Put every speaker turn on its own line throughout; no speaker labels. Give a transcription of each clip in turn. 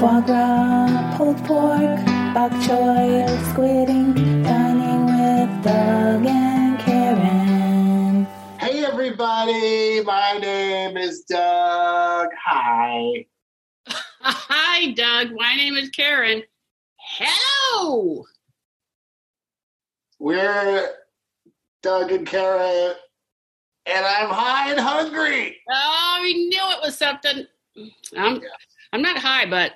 foie gras, pulled pork, bok choy, squid ink, dining with Doug and Karen.
Hey everybody, my name is Doug. Hi.
Hi, Doug. My name is Karen. Hello.
We're Doug and Kara, and I'm high and hungry.
Oh, we knew it was something. I'm, I'm not high, but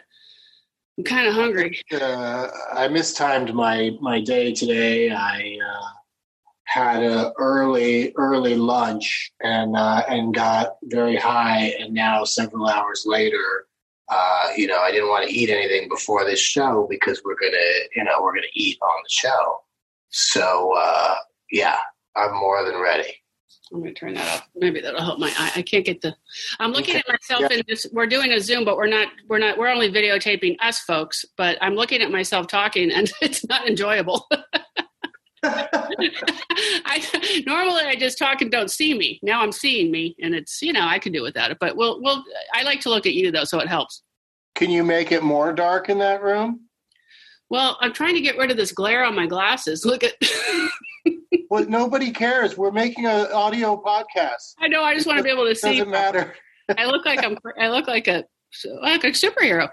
I'm kind of hungry.
Uh, I mistimed my my day today. I uh, had a early early lunch and uh, and got very high, and now several hours later. Uh, you know, I didn't want to eat anything before this show because we're gonna, you know, we're gonna eat on the show. So uh, yeah, I'm more than ready.
I'm gonna turn that off. Maybe that'll help my eye. I can't get the. I'm looking
Okay.
at myself in this. We're doing a Zoom, but we're not. We're not. We're only videotaping us, folks. But I'm looking at myself talking, and it's not enjoyable. I normally I just talk and don't see me. Now I'm seeing me, and it's you know I can do without it. But we'll we'll. I like to look at you though, so it helps.
Can you make it more dark in that room?
Well, I'm trying to get rid of this glare on my glasses. Look at.
Well, nobody cares. We're making an audio podcast.
I know. I just want to be able to see.
Doesn't matter.
I look like I'm. I look like a like a superhero.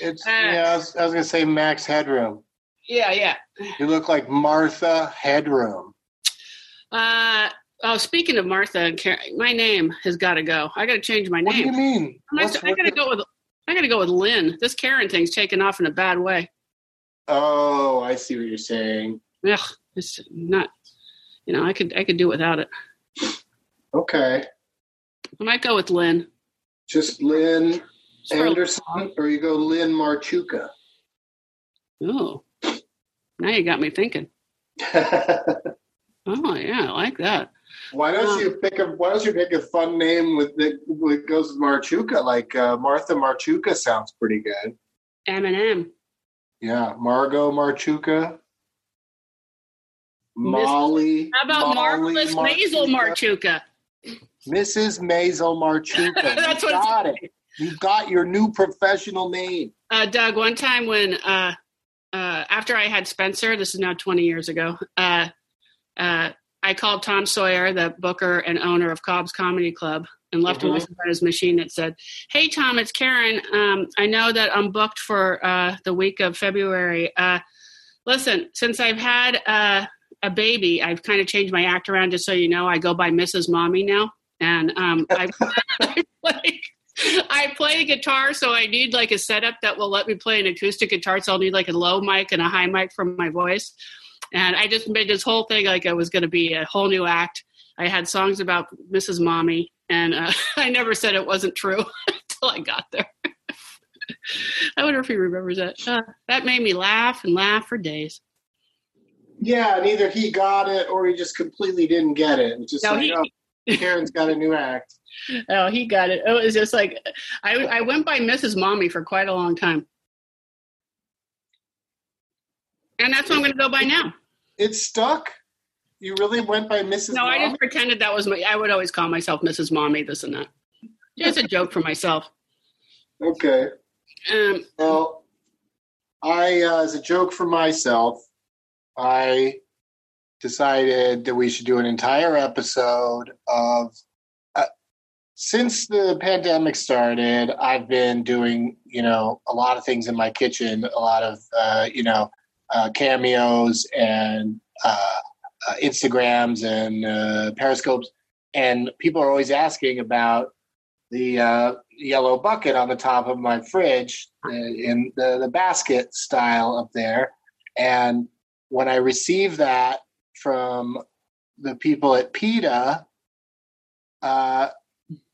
It's
Uh.
yeah. I was, I was gonna say Max Headroom.
Yeah, yeah.
You look like Martha Headroom.
Uh, oh, speaking of Martha, and Karen, my name has got to go. I got to change my
What do you
name.
mean?
I,
What's-
got to go with. I got to go with Lynn. This Karen thing's taken off in a bad way.
Oh, I see what you're saying.
Ugh, it's not. You know, I could I could do without it.
Okay,
I might go with Lynn.
just Lynn
Just for a-
Anderson, or you go Lynn Marchuka.
Ooh, Oh. now you got me thinking. Oh yeah, I like that.
why don't
Uh.
you pick a Why don't you pick a fun name with that that goes with Marchuka? Like uh, Martha Marchuka sounds pretty good.
Eminem.
Yeah, Margot Marchuka. Molly.
How about
Molly
marvelous Maisel Marchuka?
Mrs. Maisel Marchuka.
That's
you
what it's-
got it. You got your new professional name.
uh, Doug, one time when uh, uh, after I had Spencer, this is now 20 years ago, uh, uh, I called Tom Sawyer, the booker and owner of Cobb's Comedy Club, and left him
Mhm.
a message on his machine that said, "Hey Tom, it's Karen. Um, I know that I'm booked for uh, the week of February. Uh, listen, since I've had uh, a baby, I've kind of changed my act around. Just so you know, I go by Mrs. Mommy now, and um, I, I play." I play guitar, so I need like a setup that will let me play an acoustic guitar. So I'll need like a low mic and a high mic for my voice. And I just made this whole thing like I was going to be a whole new act. I had songs about Mrs. Mommy, and uh, I never said it wasn't true until I got there. I wonder if he remembers that. Uh, that made me laugh and laugh for days.
Yeah, and either he got it or he just completely didn't get it. It's just
No,
like,
he-
oh, Karen's got a new act.
Oh, he got it. Oh, it was just like I, I went by Mrs. Mommy for quite a long time. And that's what I'm going to go by now.
It stuck. You really went by Mrs.
No, I
Mommy?
just pretended that was my. I would always call myself Mrs. Mommy, this and that. Just a joke for myself.
Okay.
Um,
Well, I, uh, as a joke for myself, I decided that we should do an entire episode of. Uh, since the pandemic started, I've been doing, you know, a lot of things in my kitchen, a lot of, uh, you know, uh, cameos and uh, uh, Instagrams and uh, Periscopes. And people are always asking about the uh, yellow bucket on the top of my fridge uh, in the, the basket style up there. And when I received that from the people at PETA, uh,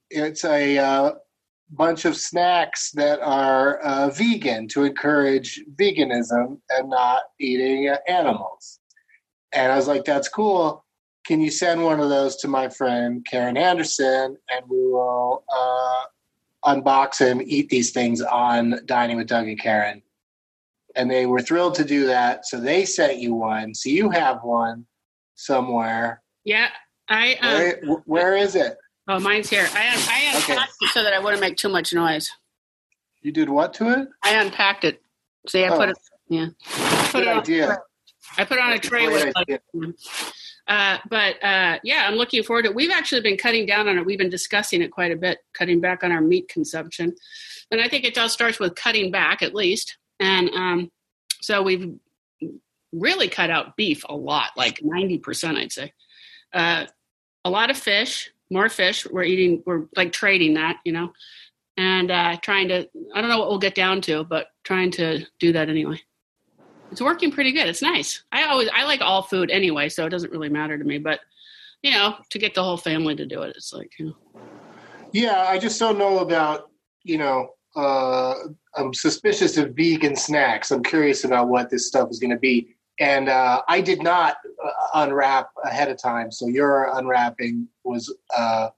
it's a uh, bunch of snacks that are uh, vegan to encourage veganism and not eating uh, animals. And I was like, that's cool can you send one of those to my friend Karen Anderson, and we will uh, unbox and eat these things on Dining with Doug and Karen. And they were thrilled to do that, so they sent you one. So you have one somewhere.
yeah, I. Um,
Where, where is it?
Oh, mine's here. I had, I had
Okay.
packed it so that I wouldn't make too much noise.
You did what to it?
I unpacked it. See, I
Oh.
put it. Yeah. Put
Good
it on-
idea.
I put it on a
That's a
tray
great
with like,
idea.
uh, but uh, yeah, I'm looking forward to. it. We've actually been cutting down on it. We've been discussing it quite a bit, cutting back on our meat consumption, and I think it all starts with cutting back at least. And um, so we've really cut out beef a lot, like 90 percent, I'd say. Uh, a lot of fish, more fish. We're eating. We're like trading that, you know, and uh, trying to. I don't know what we'll get down to, but trying to do that anyway it's working pretty good. It's nice. I always I like all food anyway, so it doesn't really matter to me. But you know, to get the whole family to do it, it's like you know.
Yeah, I just don't know about, you know, uh, I'm suspicious of vegan snacks. I'm curious about what this stuff is going to be. And uh, I did not uh, unwrap ahead of time. So your unwrapping was, uh,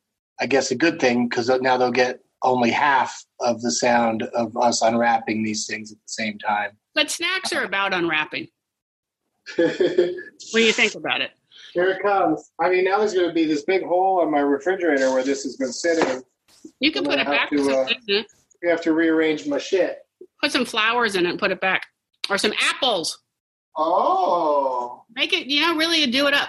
I guess, a good thing because now they'll get only half of the sound of us unwrapping these things at the same time.
But snacks are about unwrapping when you think about it.
Here it comes. I mean, now there's going to be this big hole on my refrigerator where this has been sitting.
You
I'm
can put
gonna
it
have
back.
to,
with some
uh,
things in it.
You have to rearrange my shit.
Put some flowers in it and put it back, or some apples.
Oh.
Make it, you know, really do it up.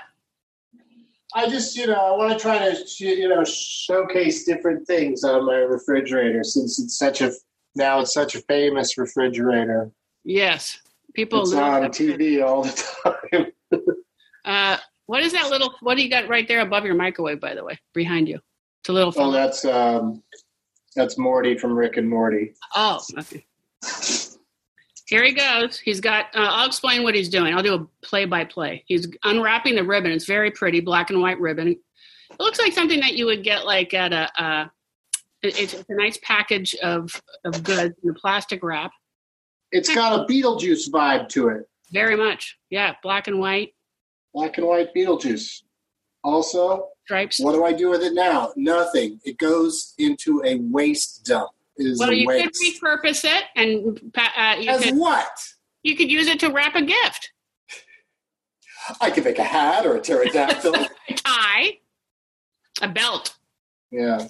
I just, you know, I want to try to, sh- you know, showcase different things on my refrigerator since it's such a now it's such a famous refrigerator.
Yes, people.
It's
love
on
that.
TV all the time.
Uh, what is that little? What do you got right there above your microwave? By the way, behind you, it's a little.
Oh,
Phone.
that's um, that's Morty from Rick and Morty.
Oh, okay. Here he goes. He's got. Uh, I'll explain what he's doing. I'll do a play-by-play. He's unwrapping the ribbon. It's very pretty, black and white ribbon. It looks like something that you would get like at a. Uh, it- it's, it's a nice package of of goods in a plastic wrap.
It's got a Beetlejuice vibe to it,
Very much, yeah. Black and white
black and white Beetlejuice. Also,
stripes.
what do I do with it now? Nothing. It goes into a waste dump. It is
Well,
a
you could
waste.
repurpose it, and pa- uh, you
As
could
what?
you could use it to wrap a gift.
I could make a hat or a pterodactyl.
A tie, a belt.
yeah.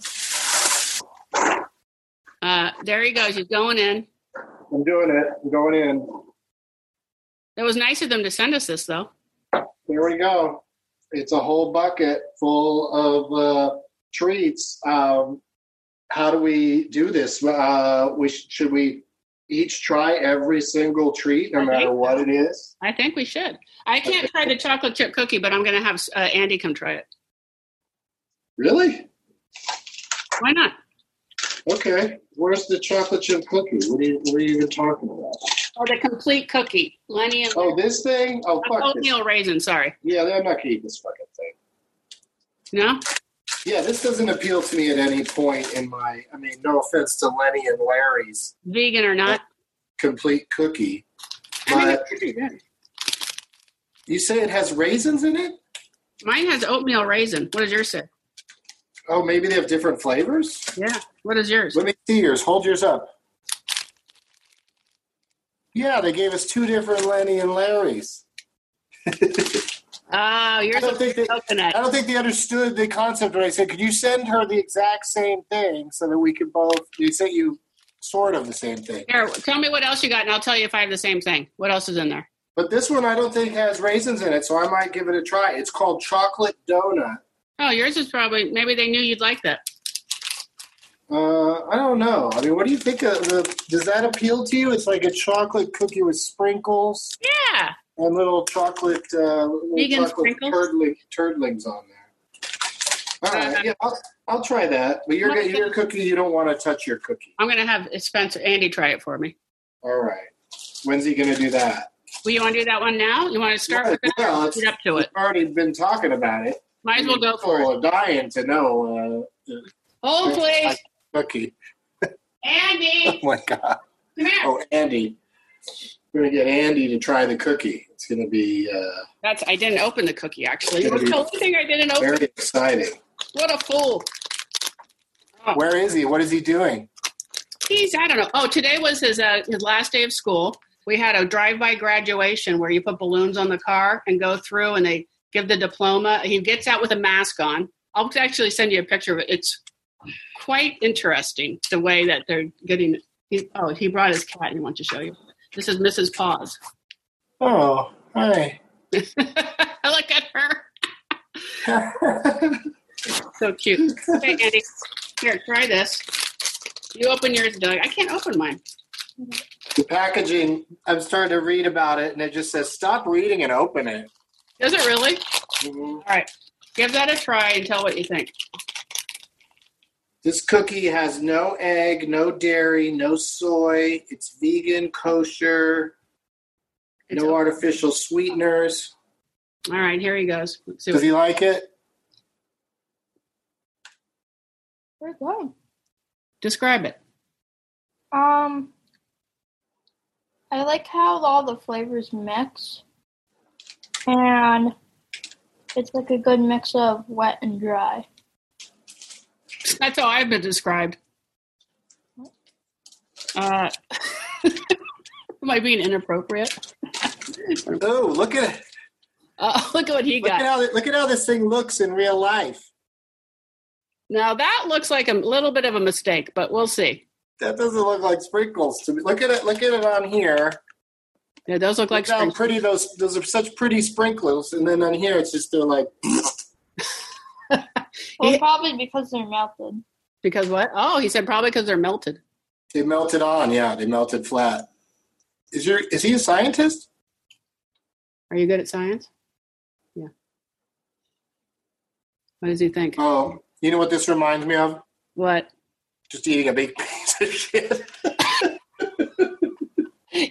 Uh, there he goes. He's going in.
I'm doing it. I'm going in.
That was nice of them to send us this, though.
Here we go. It's a whole bucket full of uh, treats. Um, how do we do this? Uh, we sh- should we each try every single treat, no
I
matter
think
what it is?
I think we should. I can't try the chocolate chip cookie, but I'm going to have uh, Andy come try it.
Really?
Why not?
Okay. Where's the chocolate chip cookie? What are you, what are you even talking about?
Oh, the complete cookie. Lenny and
Oh, this thing? Oh, fuck this.
oatmeal raisin. Sorry.
Yeah, I'm not gonna eat this fucking thing.
No.
Yeah, this doesn't appeal to me at any point in my. I mean, no offense to Lenny and Larry's
Vegan or not?
complete cookie,
I think
but
it's pretty good.
You say it has raisins in it?
Mine has oatmeal raisin. What does yours say?
Oh, maybe they have different flavors?
Yeah. What is yours?
Let me see yours. Hold yours up. Yeah, they gave us two different Lenny and Larry's.
Oh,
I
yours
don't
is
think they I
coconut.
don't think they understood the concept when I said, Could you send her the exact same thing so that we could both they sent you sort of the same thing.
Here, tell me what else you got, and I'll tell you if I have the same thing. What else is in there?
But this one I don't think has raisins in it, so I might give it a try. It's called chocolate donut.
Oh, yours is probably maybe they knew you'd like that.
Uh, I don't know. I mean, what do you think of the? Does that appeal to you? It's like a chocolate cookie with sprinkles
Yeah.
and little chocolate, uh, little
Vegan
chocolate
sprinkles?
turdling, turdlings on there. All
Uh-huh.
right, yeah, I'll, I'll try that. But your
Okay.
your cookie, you don't want to touch your cookie.
I'm going to have Spencer Andy try it for me.
All right. When's he going to do that?
Well, you want to do that one now? You want to start
Yeah,
with that?
yeah,
or
let's-
lead up to
We've
it.
already been talking about it.
Might as well go for it.
People are dying to know
Hold, please.
uh, cookie. Oh
Andy,
my god.
come here.
Oh, Andy. We're gonna get Andy to try the cookie. It's gonna be. Uh,
That's I didn't open the cookie actually. It was the only thing I didn't open.
Very exciting.
What a fool.
Where is he? What is he doing?
He's I don't know. Oh, today was his uh, his last day of school. We had a drive-by graduation where you put balloons on the car and go through, and they give the diploma. He gets out with a mask on. I'll actually send you a picture of it. It's quite interesting the way that they're getting He, oh, he brought his cat. He wants to show you. This is Mrs. Paws.
Oh, hi.
Look at her. So cute. Hey, Andy. Here, try this. You open yours, Doug. I can't open mine.
the packaging, I'm starting to read about it, and it just says, stop reading and open it.
Does it really?
Mhm.
All right. Give that a try and tell what you think.
This cookie has no egg, no dairy, no soy. It's vegan, kosher,
It's
no
open.
artificial sweeteners.
All right, here he goes. Let's see
Does
what,
he like it?
Very good.
describe it.
Um, I like how all the flavors mix, and it's like a good mix of wet and dry.
That's how I've been described. Uh, am I being inappropriate?
Oh, look at
Uh, look at what he
look at
got.
how look at how this thing looks in real life.
Now that looks like a little bit of a mistake, but we'll see.
That doesn't look like sprinkles to me. Look at it. Look at it on here.
Yeah, those look like
Look how
strings.
pretty those those are such pretty sprinkles, and then on here it's just they're like
Well,
Yeah.
probably because they're melted.
because what? Oh, he said probably because they're melted.
they melted on. Yeah, they melted flat. Is your is he a scientist?
Are you good at science? Yeah. What does he think?
Oh, you know what this reminds me of?
What?
Just eating a big piece of shit.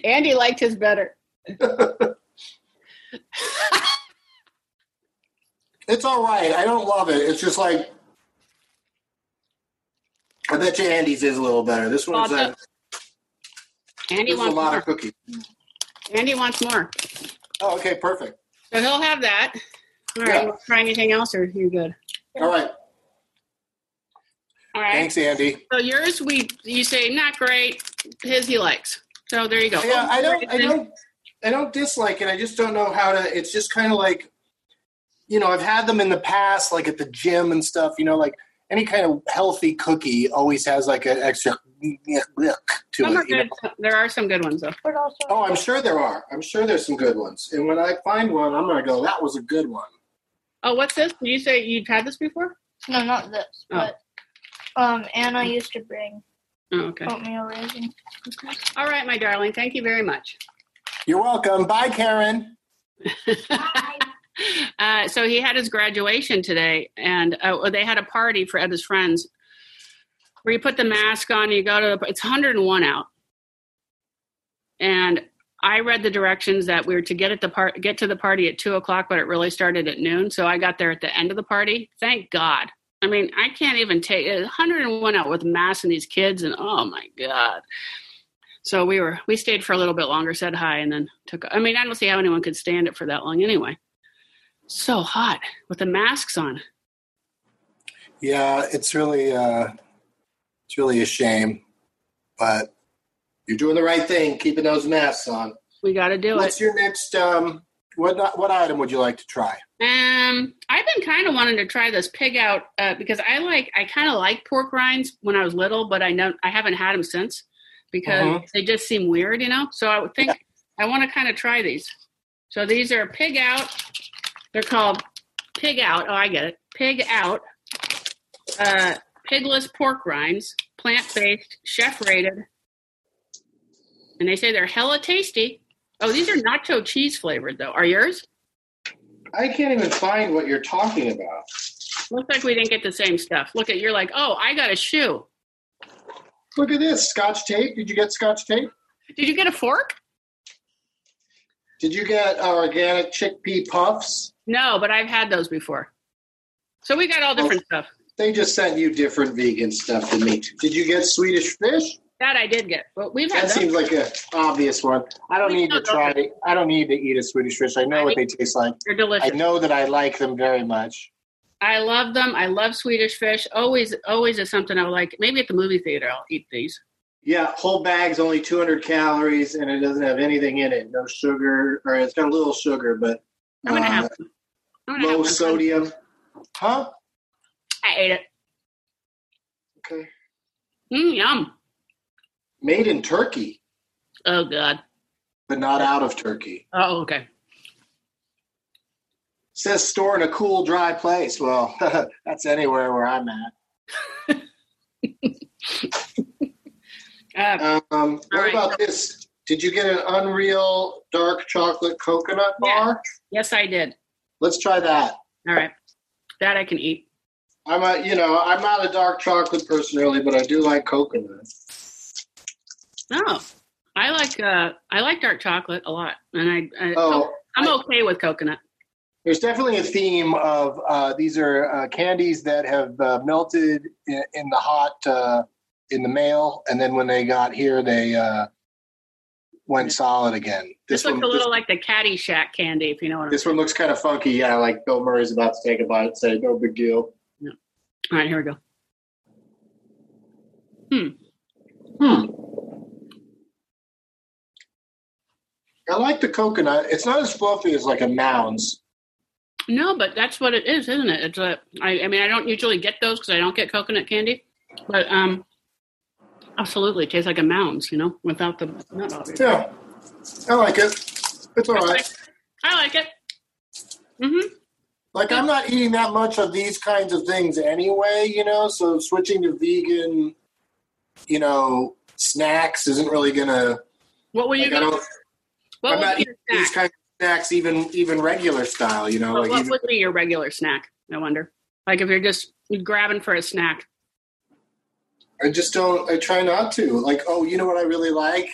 Andy liked his better.
It's all right. I don't love it. It's just like I bet you Andy's is a little better. This one's
Oh,
like,
Andy
this is a
wants
lot
more.
of cookies.
Andy wants more.
Oh, okay, perfect.
So he'll have that. All right.
Yeah.
you wanna Try anything else, or you're good.
All right.
All right.
Thanks, Andy.
So yours, we you say not great. His he likes. So there you go.
Yeah, I don't, I don't, I don't dislike it. I just don't know how to. It's just kind of like, you know, I've had them in the past, like at the gym and stuff. You know, like any kind of healthy cookie always has like an extra look to
Some are
it. you know?
good. There are some good ones though.
But also,
Oh, I'm sure there are. I'm sure there's some good ones. And when I find one, I'm gonna go. That was a good one.
Oh, what's this? Did you say you've had this before?
no, not this,
Oh.
but um, Anna used to bring
Oh, okay.
oatmeal raisin.
All right, my darling. Thank you very much.
You're welcome. Bye, Karen.
uh, so he had his graduation today, and uh, they had a party for Edda's friends where you put the mask on, you go to the, it's 101 out. And I read the directions that we were to get at the par- get to the party at two o'clock, but it really started at noon. So I got there at the end of the party. Thank God. I mean, I can't even take uh, it's 101 out with masks and these kids, and oh my God. So we were we stayed for a little bit longer, said hi, and then took. I mean, I don't see how anyone could stand it for that long anyway. So hot with the masks on.
Yeah, it's really, uh, it's really a shame, but you're doing the right thing, keeping those masks on.
We got to do it.
What's your next? Um, what what item would you like to try?
Um, I've been kind of wanting to try this pig out uh, because I like I kind of like pork rinds when I was little, but I know I haven't had them since because
Mhm.
they just seem weird, you know. So I would think I want to kind of try these. So these are pig out. They're called pig out. Oh, I get it. Pig out. Uh, pigless pork rinds, plant based, chef rated, and they say they're hella tasty. Oh, these are nacho cheese flavored though. Are yours?
I can't even find what you're talking about.
Looks like we didn't get the same stuff. Look at you're like, oh, I got a shoe.
Look at this Scotch tape. Did you get Scotch tape?
Did you get a fork?
Did you get uh, organic chickpea puffs?
No, but I've had those before. So we got all
Oh.
different stuff.
They just sent you different vegan stuff than me. Did you get Swedish fish?
That I did get. But we've had
That
those.
seems like an obvious one. I don't need to try. it. I don't need to eat a Swedish fish. I know what they taste like.
They're
I
delicious.
know that I like them very much.
I, love them. I love Swedish fish. Always, always is something I like. Maybe at the movie theater, I'll eat these.
Yeah, whole bag's only 200 calories, and it doesn't have anything in it. No sugar, or it's got a little sugar, but
I'm gonna
uh,
have. Them. I'm gonna have
low
one.
sodium. Huh?
I ate it.
Okay.
Mm, yum.
made in Turkey,
Oh God.
but not out of Turkey.
Oh okay.
Says store in a cool, dry place. Well, that's anywhere where I'm at.
Uh,
Um, what
All right.
about this? Did you get an Unreal dark chocolate coconut
Yeah.
bar?
yes, I did.
Let's try that.
All right. That I can eat.
I'm a, you know, I'm not a dark chocolate person really, but I do like coconut.
No, Oh, I like uh, I like dark chocolate a lot, and I, I
Oh,
I'm okay with coconut.
There's definitely a theme of uh, these are uh, candies that have uh, melted in, in the hot uh, in the mail, and then when they got here, they uh, went solid again.
This, looks
one,
a little
this,
like the Caddy Shack candy, if you know what I mean.
this one looks kind of funky. Yeah, like Bill Murray's about to take a bite and say, "No big deal."
All right, here we go.
Hmm. I like the coconut. It's not as fluffy as like a Mounds.
No, but that's what it is, isn't it? It's a, I, I mean, I don't usually get those because I don't get coconut candy, but um, absolutely, it tastes like a mounds, you know, without the nut. Obviously.
Yeah, I like it. It's all right.
I like it. Mm-hmm.
Like I'm not eating that much of these kinds of things anyway, you know. So switching to vegan, you know, snacks isn't really gonna.
What were you
Like, I
gonna?
don't,
What
I'm
would
not
be your
eating
snack?
these kinds of snacks, even even regular style, you know.
What-
like
what
even,
would be your regular snack? I wonder. Like if you're just grabbing for a snack.
I just don't. I try not to. Like, oh, you know what I really like?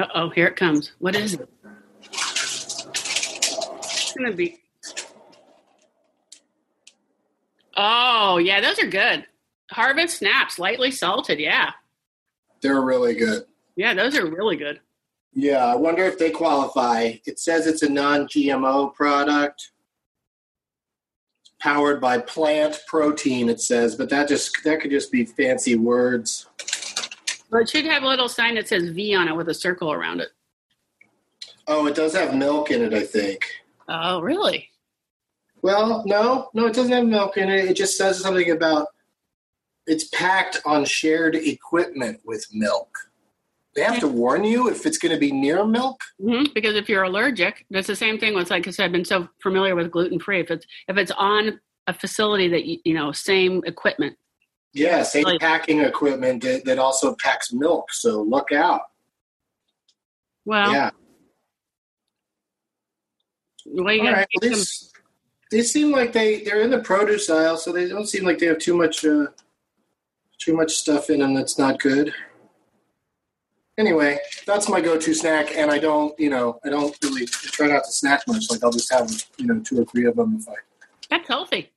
Uh oh, here it comes. What is it? It's gonna be. Oh yeah, those are good. Harvest snaps, lightly salted. Yeah,
They're really good.
yeah, those are really good.
Yeah, I wonder if they qualify. It says it's a non-GMO product. It's powered by plant protein, it says, but that just that could just be fancy words.
Well, it should have a little sign that says V on it with a circle around it.
Oh, it does have milk in it, I think.
Oh really?
Well, no, no, it doesn't have milk in it. It just says something about it's packed on shared equipment with milk. They have to warn you if it's going to be near milk.
hmm Because if you're allergic, that's the same thing with like because I've been so familiar with gluten free. If it's if it's on a facility that you, you know same equipment.
Yeah, same
Like-
packing equipment that, that also packs milk. So look out.
Well,
yeah.
well, you
All
gotta
right.
take
Well,
some-
these, these seem like they, they're in the produce aisle, so they don't seem like they have too much uh, too much stuff in them that's not good. Anyway, that's my go-to snack, and I don't, you know, I don't really I try not to snack much. Like I'll just have, you know, two or three of them if I
that's healthy.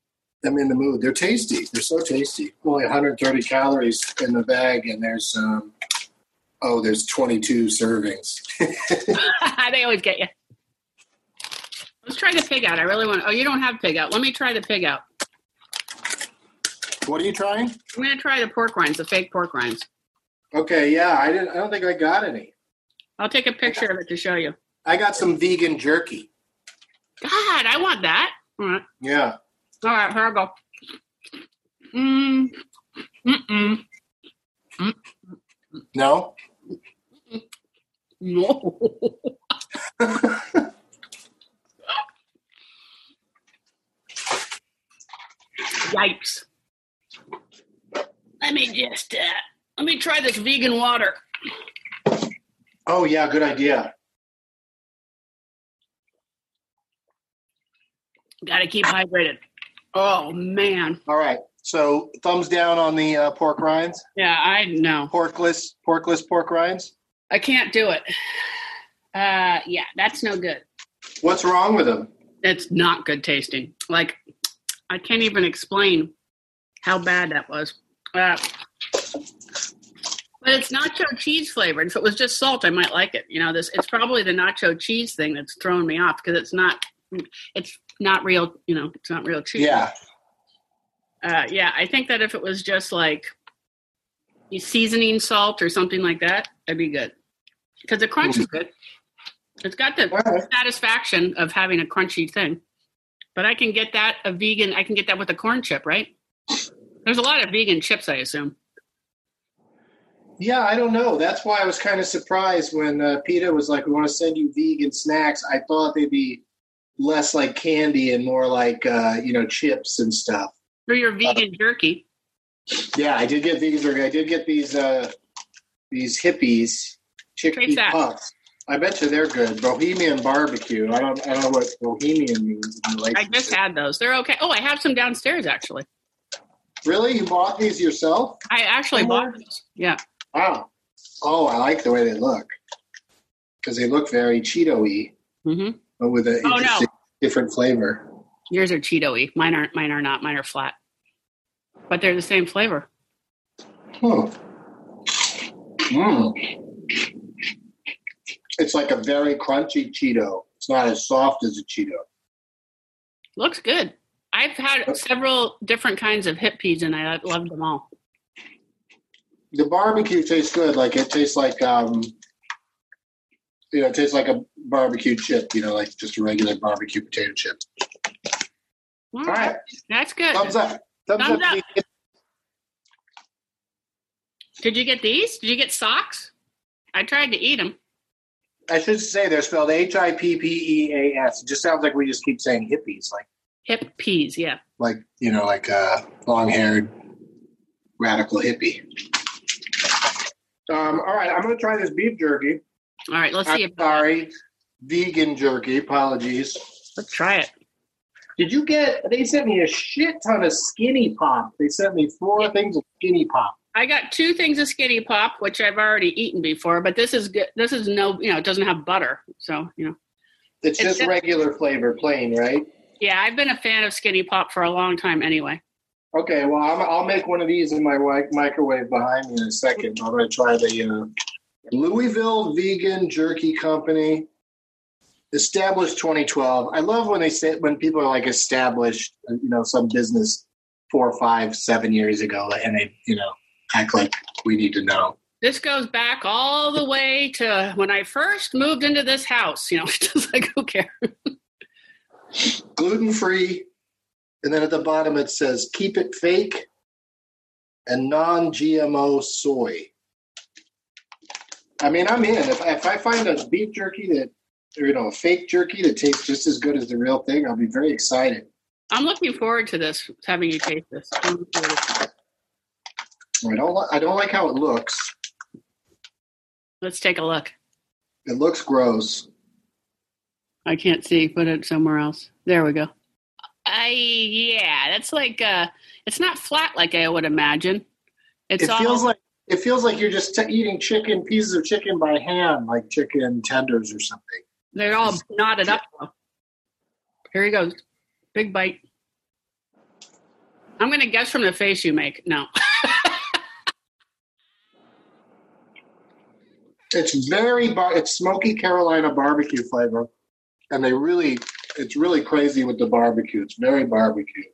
am in the mood. They're tasty. They're so tasty. Only 130 calories in the bag, and there's um, oh, there's 22 servings.
they always get you. Let's try the pig out. I really want. Oh, you don't have pig out. Let me try the pig out.
What are you trying?
I'm gonna try the pork rinds, the fake pork rinds.
Okay, yeah, I didn't. I don't think I got any.
I'll take a picture of it to show you.
I got some vegan jerky.
God, I want that. All right,
Yeah.
all right here I go. Mm, mm,
No.
no. Yikes. Let me just. Uh, let me try this vegan water.
Oh yeah, good idea.
Got to keep hydrated. Oh man.
All right. So thumbs down on the uh, pork rinds,
Yeah, I know.
porkless, porkless pork rinds.
I can't do it. Uh, yeah, that's no good.
What's wrong with them?
It's not good tasting. Like, I can't even explain how bad that was. Uh, but it's nacho cheese flavored. If it was just salt, I might like it. You know, this it's probably the nacho cheese thing that's throwing me off because it's not, it's not real. You know, it's not real cheese.
Yeah.
uh, yeah, I think that if it was just like seasoning salt or something like that, that'd be good. Because the crunch is good. It's got the
All right.
satisfaction of having a crunchy thing. But I can get that a vegan. I can get that with a corn chip, right? There's a lot of vegan chips, I assume.
Yeah, I don't know. That's why I was kind of surprised when uh, PETA was like, "We want to send you vegan snacks." I thought they'd be less like candy and more like uh, you know chips and stuff.
Or your vegan jerky.
Yeah, I did get vegan burger. I did get these uh, these hippies
Taste
chickpea
that.
puffs. I bet you they're good. Bohemian barbecue. I don't I don't know what bohemian means. In
I just
relationship.
had those. They're okay. Oh, I have some downstairs actually.
really you bought these yourself?
I actually bought those. Yeah.
Wow. Oh, I like the way they look because they look very Cheeto-y,
hmm
but with a
no.
interesting different flavor.
Yours are Cheeto-y. Mine aren't. Mine are not. Mine are flat. But they're the same flavor.
Hmm. Mm. It's like a very crunchy Cheeto. It's not as soft as a Cheeto.
Looks good. I've had several different kinds of hip peas and I loved them all.
The barbecue tastes good. Like it tastes like um, you know, it tastes like a barbecue chip. You know, like just a regular barbecue potato chip.
All
All
right.
right,
That's good.
thumbs up. Thumbs,
Thumbs
up.
up. Did you get these? Did you get socks? I tried to eat them.
I should say they're spelled H I P P E A S. It just sounds like we just keep saying hippies, like
Hip peas, yeah.
like you know, like a long-haired radical hippie. Um, all right, I'm going to try this beef jerky.
All right, let's see.
I'm
If,
sorry, vegan jerky. Apologies.
let's try it.
Did you get? They sent me a shit ton of skinny pop. They sent me four things of skinny pop.
I got two things of Skinny Pop, which I've already eaten before, but this is good. This is no, you know, it doesn't have butter, so you know.
It's,
It's
just
just-
regular flavor, plain, right?
Yeah, I've been a fan of Skinny Pop for a long time, anyway.
Okay, well, I'm, I'll make one of these in my wi- microwave behind me in a second. I'm going to try the uh, Louisville Vegan Jerky Company, established 2012. I love when they say when people are like established, uh, you know, some business four, five, seven years ago, and they, you know, act like we need to know.
This goes back all the way to when I first moved into this house. You know, just like who cares?
gluten free, and then at the bottom it says keep it fake and non GMO soy. I mean, I'm in. If, if I find a beef jerky that, or, you know, a fake jerky that tastes just as good as the real thing, I'll be very excited.
I'm looking forward to this, having you taste this. I'm looking forward to it.
I don't, li- I don't like how it looks.
Let's take a look.
It looks gross.
I can't see. Put it somewhere else. There we go. I yeah, that's like uh it's not flat like I would imagine. It's
it feels
all
like it feels like you're just t- eating chicken pieces of chicken by hand, like chicken tenders or something.
they're all knotted up. Here he goes. Big bite. I'm gonna guess from the face you make. No.
It's very bar- it's smoky Carolina barbecue flavor, and they really it's really crazy with the barbecue. It's very barbecue.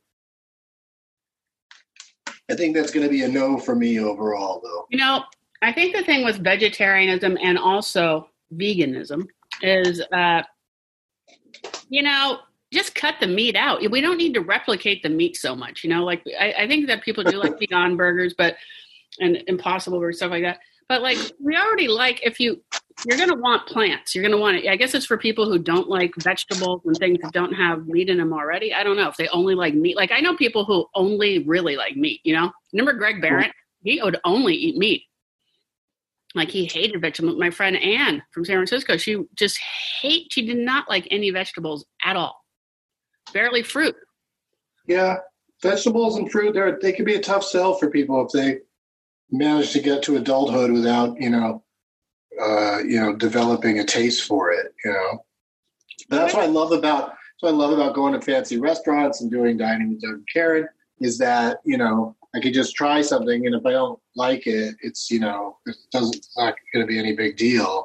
I think that's going to be a no for me overall, though.
You know, I think the thing with vegetarianism and also veganism is, uh, you know, just cut the meat out. We don't need to replicate the meat so much. You know, like I, I think that people do like vegan burgers, but and impossible burgers stuff like that. But like we already like if you you're gonna want plants. You're gonna want it. I guess it's for people who don't like vegetables and things that don't have meat in them already. I don't know if they only like meat. Like I know people who only really like meat. You know, remember Greg Barrett? He would only eat meat. Like he hated vegetables. My friend Anne from San Francisco, she just hate. She did not like any vegetables at all. Barely fruit.
Yeah, vegetables and fruit they they could be a tough sell for people if they manage to get to adulthood without you know uh, you know developing a taste for it. You know, But that's what I love about that's what I love about going to fancy restaurants and doing dining with Doug and Karen is that you know I could just try something and if I don't like it, it's you know it doesn't it's not going to be any big deal.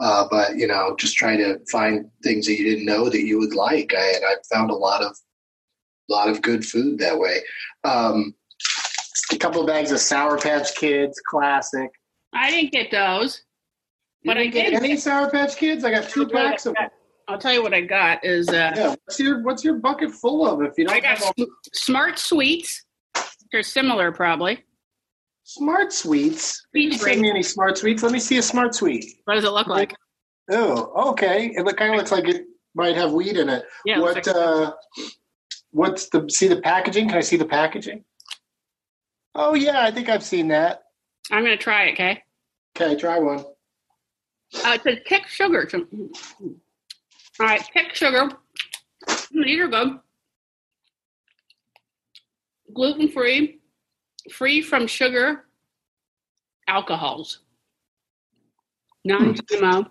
Uh, but you know, just try to find things that you didn't know that you would like. I, and I found a lot of lot of good food that way. Um, a couple of bags of Sour Patch Kids, classic.
I didn't get those.
You
But I
didn't get
did-
any Sour Patch Kids. I got two packs of them.
I'll tell you what I got is uh,
Yeah, what's your what's your bucket full of if you don't
I got
have all
sm- smart sweets. They're similar, probably.
Smart sweets.
Sweet
Did you send me any smart sweets? Let me see a smart sweet.
What does it look like?
Oh, okay. It kind of looks like it might have weed in it.
Yeah. it looks
what?
like-
Uh, what's the? See the packaging? Can I see the packaging? Oh yeah, I think I've seen that.
I'm gonna try it. Okay.
Okay, try one.
Uh, it says pick sugar. So- All right, pick sugar. Mm, These are good. Gluten free, free from sugar, alcohols, non GMO,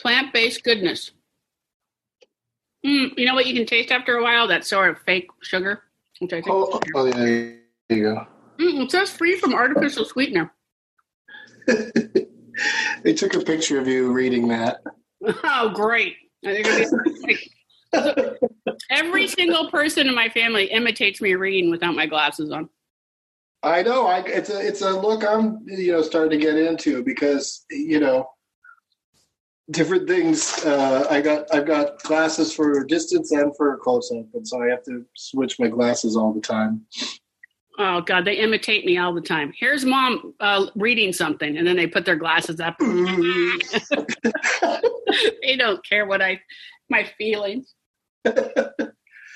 plant based goodness. Mm, you know what you can taste after a while? That sort of fake sugar. Which I think
Oh, oh yeah, there you go.
Mm, it says free from artificial sweetener.
They took a picture of you reading that.
Oh, great. Now they're gonna be- Every single person in my family imitates me reading without my glasses on.
I know. I, it's a it's a look I'm you know starting to get into because you know different things. Uh, I got I've got glasses for distance and for close up, and so I have to switch my glasses all the time.
Oh, God, they imitate me all the time. Here's mom uh, reading something, and then they put their glasses up. they don't care what I, my feelings. Uh,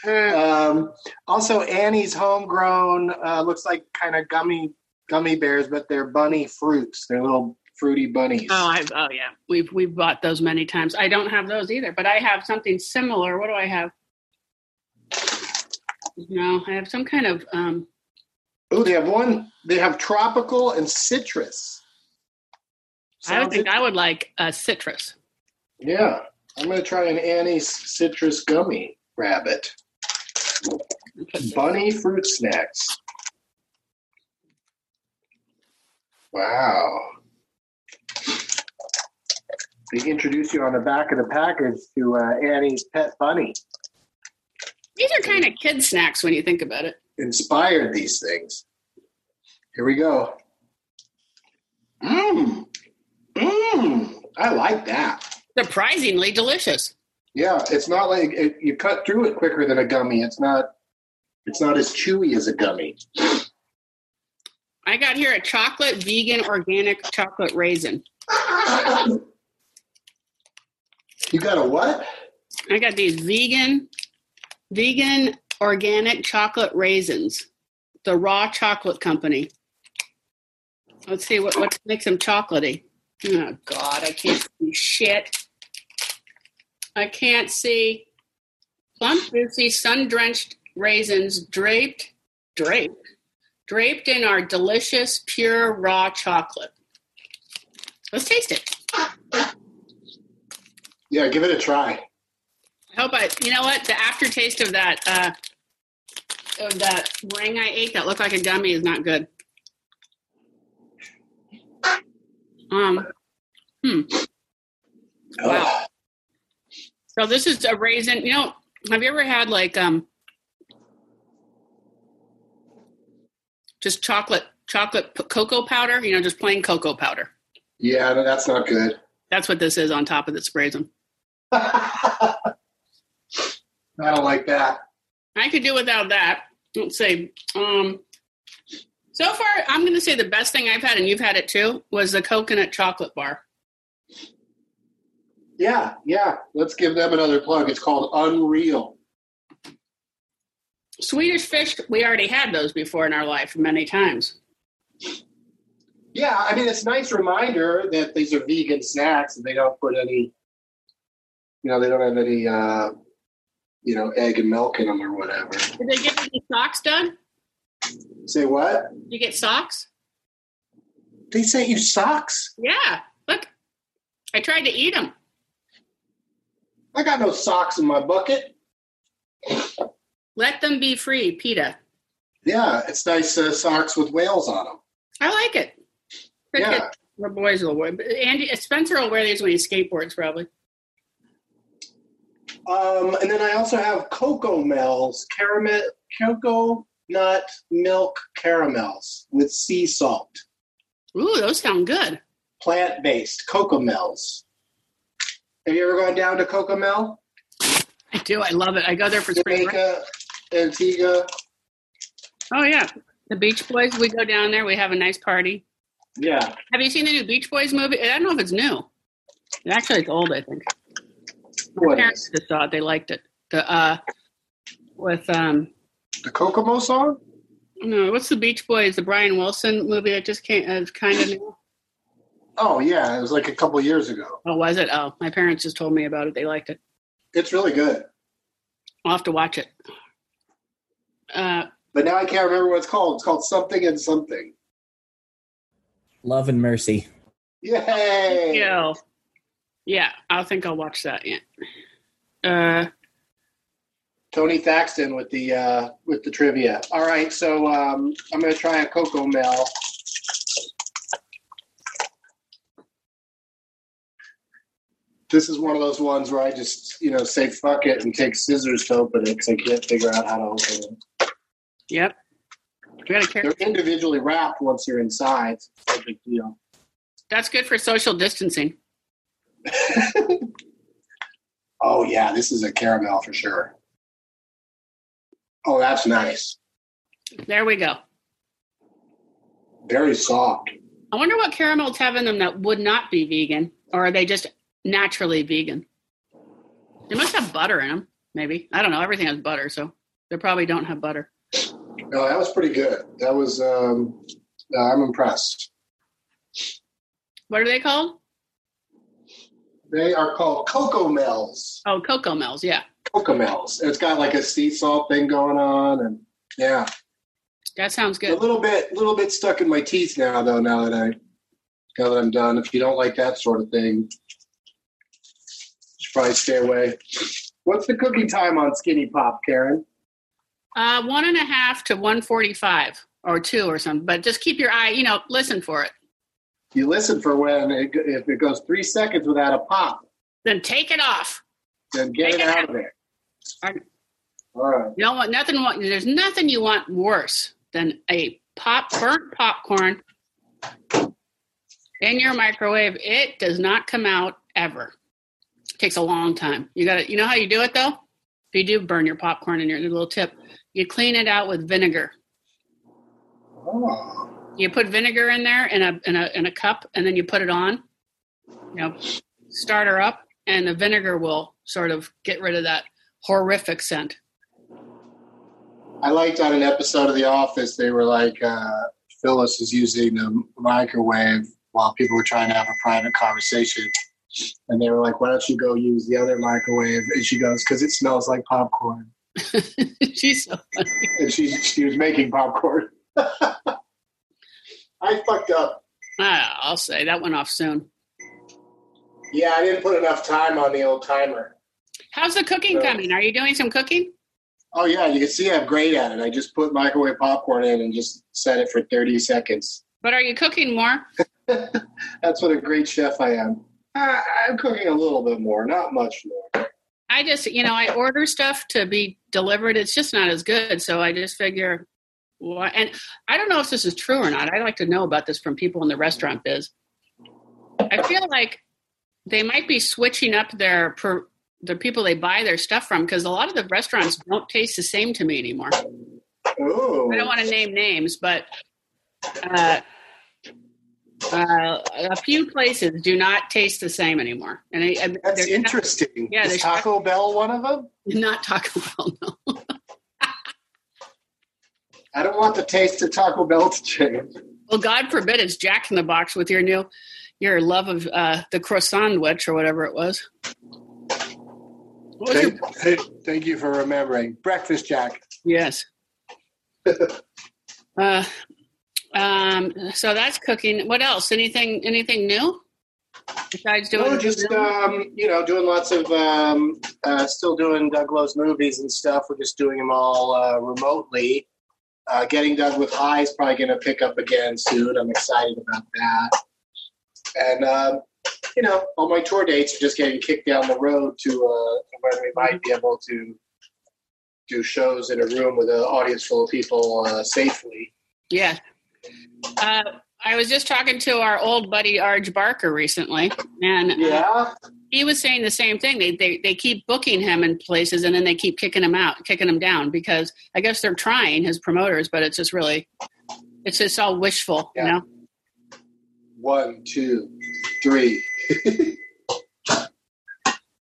Um, also, Annie's homegrown uh, looks like kind of gummy gummy bears, but they're bunny fruits. They're little fruity bunnies.
Oh, I, oh yeah, we've we've bought those many times. I don't have those either, but I have something similar. What do I have? No, I have some kind of um,
Ooh, they have one. They have tropical and citrus.
I would
Sounds
think I would like a citrus.
Yeah, I'm gonna try an Annie's citrus gummy rabbit bunny fruit snacks. Wow. They introduce you on the back of the package to uh, Annie's pet bunny.
These are kind of kid snacks when you think about it.
Inspired these things. Here we go. Mmm. Mmm. I like that.
Surprisingly delicious.
Yeah, it's not like it, you cut through it quicker than a gummy. It's not. It's not as chewy as a gummy.
I got here a chocolate vegan organic chocolate raisin.
You got a what?
I got these vegan vegan organic chocolate raisins. The raw chocolate company. Let's see what what makes them chocolatey. Oh god, I can't see shit. I can't see plump, juicy, sun-drenched raisins draped draped draped in our delicious pure raw chocolate. Let's taste it.
Yeah, give it a try.
I hope I. Oh, You know what? The aftertaste of that uh, of that ring I ate that looked like a gummy is not good. Um. Wow. So this is a raisin. You know, have you ever had like um, just chocolate chocolate p- cocoa powder? You know, just plain cocoa powder.
Yeah, no, that's not good.
That's what this is on top of this raisin.
I don't like that.
I could do without that. Let's see. Um, so far, I'm going to say the best thing I've had, and you've had it too, was the coconut chocolate bar.
Yeah, yeah. Let's give them another plug. It's called Unreal.
Swedish fish, we already had those before in our life many times.
Yeah, I mean it's a nice reminder that these are vegan snacks and they don't put any, you know, they don't have any, uh, you know, egg and milk in them or whatever.
Did they get any socks done?
Say what?
Did you get socks?
They sent you socks?
Yeah. Look, I tried to eat them.
I got no socks in my bucket.
Let them be free, PETA.
Yeah, it's nice uh, socks with whales on them.
I like it. Cricket,
Yeah.
The boys will wear. but Andy Spencer will wear these when he skateboards, probably.
Um, and then I also have cocoa mel's caramel cocoa nut milk caramels with sea salt,
Ooh, those sound good.
plant based cocoa mel's. Have you ever gone down to Cocoa Mel?
I do. I love it. I go there for spring break.
Jamaica, Antigua.
Oh yeah, the Beach Boys. We go down there. We have a nice party.
Yeah.
Have you seen the new Beach Boys movie? I don't know if it's new. Actually, it's old. I think my
What
parents
is
just saw it. They liked it. The uh, with um,
the Kokomo song?
no, what's the Beach Boys? The Brian Wilson movie that just came. Uh, kind of new.
Oh yeah, it was like a couple years ago.
Oh, was it? Oh, my parents just told me about it. They liked it.
It's really good,
I'll have to watch it. Uh,
but now I can't remember what it's called. It's called something and something.
Love and mercy.
Yay!
yeah, yeah. I think I'll watch that. Yeah. Uh,
Tony Thaxton with the uh, with the trivia. All right, so um, I'm going to try a cocoa Mel. This is one of those ones where I just you know say fuck it and take scissors to open it because I can't figure out how to open it.
yep. You gotta care.
They're individually wrapped once you're inside. It's no big deal.
That's good for social distancing.
Oh yeah, this is a caramel for sure. Oh, that's nice.
There we go.
Very soft.
I wonder what caramels have in them that would not be vegan, or are they just naturally vegan? They must have butter in them, maybe. I don't know. Everything has butter, so they probably don't have butter.
No, that was pretty good. That was. Um, uh, I'm impressed.
What are they called?
They are called Coco Mel's.
Oh, cocoa melts. Yeah,
Coco Mel's. It's got like a sea salt thing going on, and yeah,
that sounds
a
good.
little bit, little bit stuck in my teeth now, though. Now that I, now that I'm done, if you don't like that sort of thing, you should probably stay away. What's the cooking time on Skinny Pop, Karen?
Uh, one and a half to one forty-five, or two, or something. But just keep your eye. You know, listen for it.
You listen for when it, if it goes three seconds without a pop,
Then take it off.
then get it
Take it
out of there.
All right.
All right.
You don't want nothing. Want, there's nothing you want worse than a pop burnt popcorn in your microwave. It does not come out ever. takes a long time. You got to. You know how you do it though. If you do burn your popcorn in your little tip, you clean it out with vinegar.
Oh.
You put vinegar in there in a in a in a cup, and then you put it on. You know, start her up, and the vinegar will sort of get rid of that horrific scent.
I liked on an episode of The Office, they were like, uh, Phyllis is using the microwave while people were trying to have a private conversation. And they were like, why don't you go use the other microwave? And she goes, because it smells like popcorn.
She's so funny.
And she, she was making popcorn. I fucked up.
Ah, I'll say that went off soon.
Yeah, I didn't put enough time on the old timer.
How's the cooking
So-
coming? Are you doing some cooking?
Oh, yeah, you can see I'm great at it. I just put microwave popcorn in and just set it for 30 seconds.
But are you cooking more?
That's what a great chef I am. I, I'm cooking a little bit more, not much more.
I just, you know, I order stuff to be delivered. It's just not as good. So I just figure, why? And I don't know if this is true or not. I'd like to know about this from people in the restaurant biz. I feel like they might be switching up their per, the people they buy their stuff from because a lot of the restaurants don't taste the same to me anymore.
Ooh.
I don't want to name names, but uh, uh, a few places do not taste the same anymore. And I, I,
That's
they're not-
interesting.
Yeah,
Is
there's-
Taco Bell one of them?
Not Taco Bell, no.
I don't want the taste of Taco Bell to change.
Well, God forbid it's Jack in the Box with your new, your love of uh, the croissant witch or whatever it was. What was your,
thank you for remembering. Breakfast Jack.
yes. Uh, um, so that's cooking. What else? Anything? Anything new? Besides doing
No, just um, you know, doing lots of um, uh, still doing Doug Lowe's movies and stuff. We're just doing them all uh, remotely. Uh, getting done with High is probably going to pick up again soon. I'm excited about that. And um, you know, all my tour dates are just getting kicked down the road to uh, when we might be able to do shows in a room with an audience full of people uh, safely.
Yeah. Uh, I was just talking to our old buddy Arj Barker recently, and uh,
Yeah,
he was saying the same thing. They, they they keep booking him in places, and then they keep kicking him out, kicking him down because I guess they're trying his promoters, but it's just really, it's just all wishful, you
Yeah.
know.
One, two, three.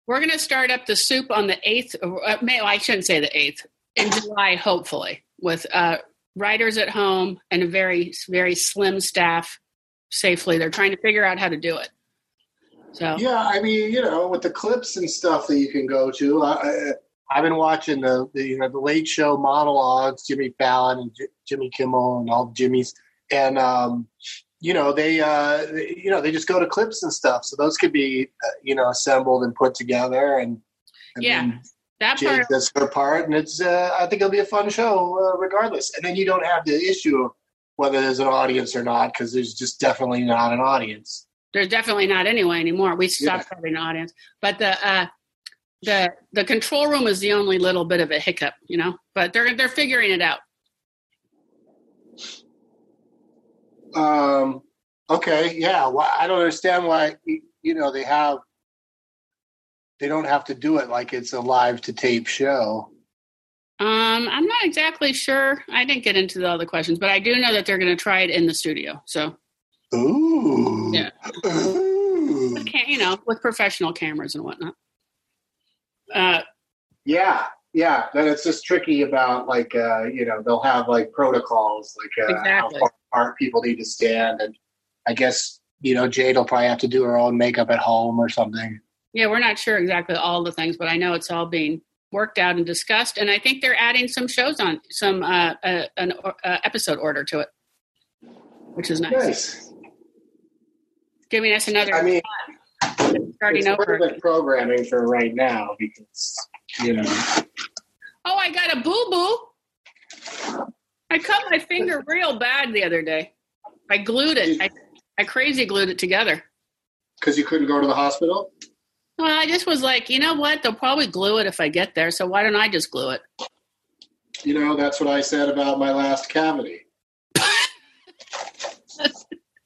We're gonna start up the soup on the eighth. Uh, May well, I shouldn't say the eighth in July, hopefully, with uh, writers at home and a very very slim staff. Safely, they're trying to figure out how to do it. So
Yeah, I mean, you know, with the clips and stuff that you can go to. I, I, I've been watching the, the you know the Late Show monologues, Jimmy Fallon and J- Jimmy Kimmel and all the Jimmys, and um, you know they uh, they- you know they just go to clips and stuff. So those could be uh, you know assembled and put together, and, and
Yeah.
then
that
Jade
part,
does her part, and it's uh, I think it'll be a fun show uh, regardless. And then you don't have the issue of whether there's an audience or not because there's just definitely not an audience.
there's definitely not anyway anymore. We
Yeah.
stopped having an audience, but the uh, the the control room is the only little bit of a hiccup, you know. But they're they're figuring it out.
um, okay, yeah. Why, I don't understand why y- you know they have they don't have to do it like it's a live to tape show.
Um, I'm not exactly sure. I didn't get into the other questions, but I do know that they're going to try it in the studio. So
Ooh,
Yeah.
Ooh.
with ca- you know, with professional cameras and whatnot. Uh,
yeah, yeah. Then it's just tricky about like uh, you know they'll have like protocols like uh,
Exactly.
how far apart people need to stand, and I guess you know Jade will probably have to do her own makeup at home or something.
yeah, we're not sure exactly all the things, but I know it's all being worked out and discussed. And I think they're adding some shows on some uh, uh, an uh, episode order to it, which is nice.
Nice.
Giving us another
I mean,
starting
it's
over.
perfect programming for right now because you know.
Oh, I got a boo boo. I cut my finger real bad the other day. I glued it. I, I crazy glued it together.
Because you couldn't go to the hospital?
Well, I just was like, you know what? They'll probably glue it if I get there. So why don't I just glue it?
You know, that's what I said about my last cavity.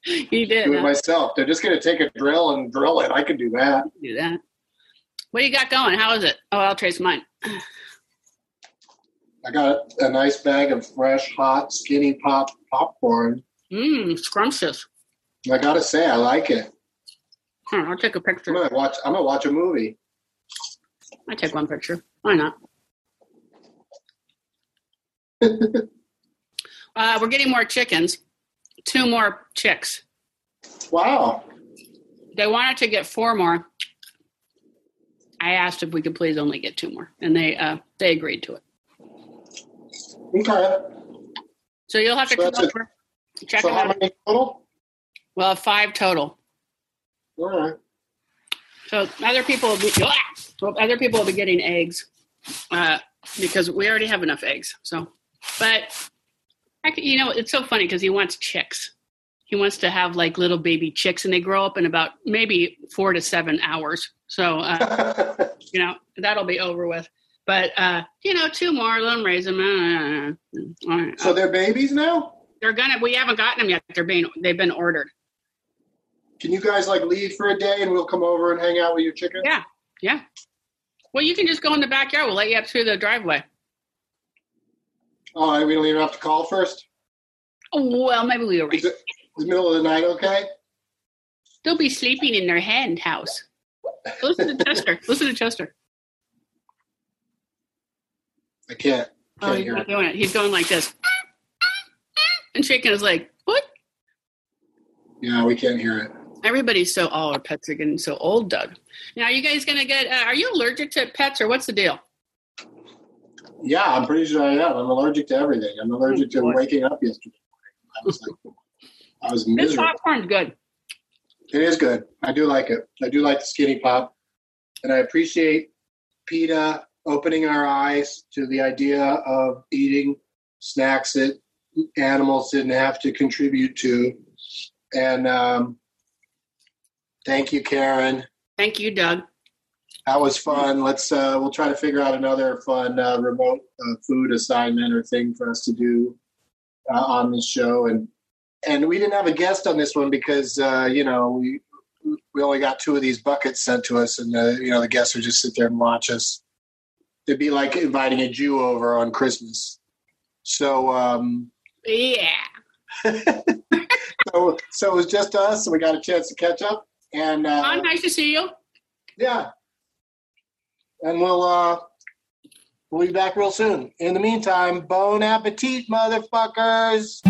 You did.
Do it
huh?
myself. They're just going to take a drill and drill it. I could do that.
do that. What do you got going? How is it? Oh, I'll trace mine.
I got a nice bag of fresh, hot, skinny pop popcorn.
Mmm, scrumptious.
And I got to say, I like it.
Hold on, I'll take a
I'm
picture.
going to watch. I'm going to watch a movie.
I take one picture. Why not? uh, we're getting more chickens. Two more chicks.
Wow.
They wanted to get four more. I asked if we could please only get two more, and they uh, they agreed to it.
Okay.
So you'll have to
So
come
that's it.
over, check
So
them
how
out.
many total?
Well, five total.
All right.
So other people will be ah! well, other people will be getting eggs uh, because we already have enough eggs. So, but I, c- you know, it's so funny because he wants chicks. He wants to have like little baby chicks, and they grow up in about maybe four to seven hours. So uh, you know that'll be over with. But uh, you know, two more, let them raise them. Uh, uh, uh,
so they're babies now?
they're gonna. We haven't gotten them yet. They're being. They've been ordered.
Can you guys like leave for a day and we'll come over and hang out with your chicken?
Yeah. Well, you can just go in the backyard. We'll let you up through the driveway.
Oh, we don't even have to call first?
Oh, well, maybe we were right.
Is it is the middle of the night okay?
They'll be sleeping in their hen house. Listen to Chester. Listen to Chester.
I can't.
Oh,
can't
he's
hear
not doing it. He's going like this. And shaking his leg. What?
Yeah, we can't hear it.
Everybody's so, oh, our pets are getting so old, Doug. Now, are you guys going to get, uh, are you allergic to pets or what's the deal?
Yeah, I'm pretty sure I am. I'm allergic to everything. I'm allergic to
boy.
waking up yesterday. morning. I was like, I was
This
miserable.
popcorn's good.
It is good. I do like it. I do like the skinny pop, and I appreciate PETA opening our eyes to the idea of eating snacks that animals didn't have to contribute to. And um, thank you, Karen.
Thank you, Doug.
That was fun. Let's uh, we'll try to figure out another fun uh, remote uh, food assignment or thing for us to do uh, on this show. And and we didn't have a guest on this one because uh, you know we we only got two of these buckets sent to us, and the you know the guests would just sit there and watch us. It'd be like inviting a Jew over on Christmas. So, um,
Yeah.
so, so it was just us, and we got a chance to catch up. And uh,
Tom, nice to see you.
Yeah. And we'll uh we'll be back real soon. In the meantime, bon appetit, motherfuckers.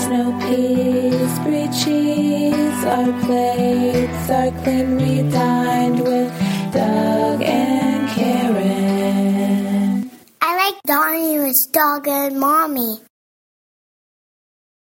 Snow peas, brie cheese, our plates are clean. We dined with Doug and Karen.
I like Donnie was dog and mommy.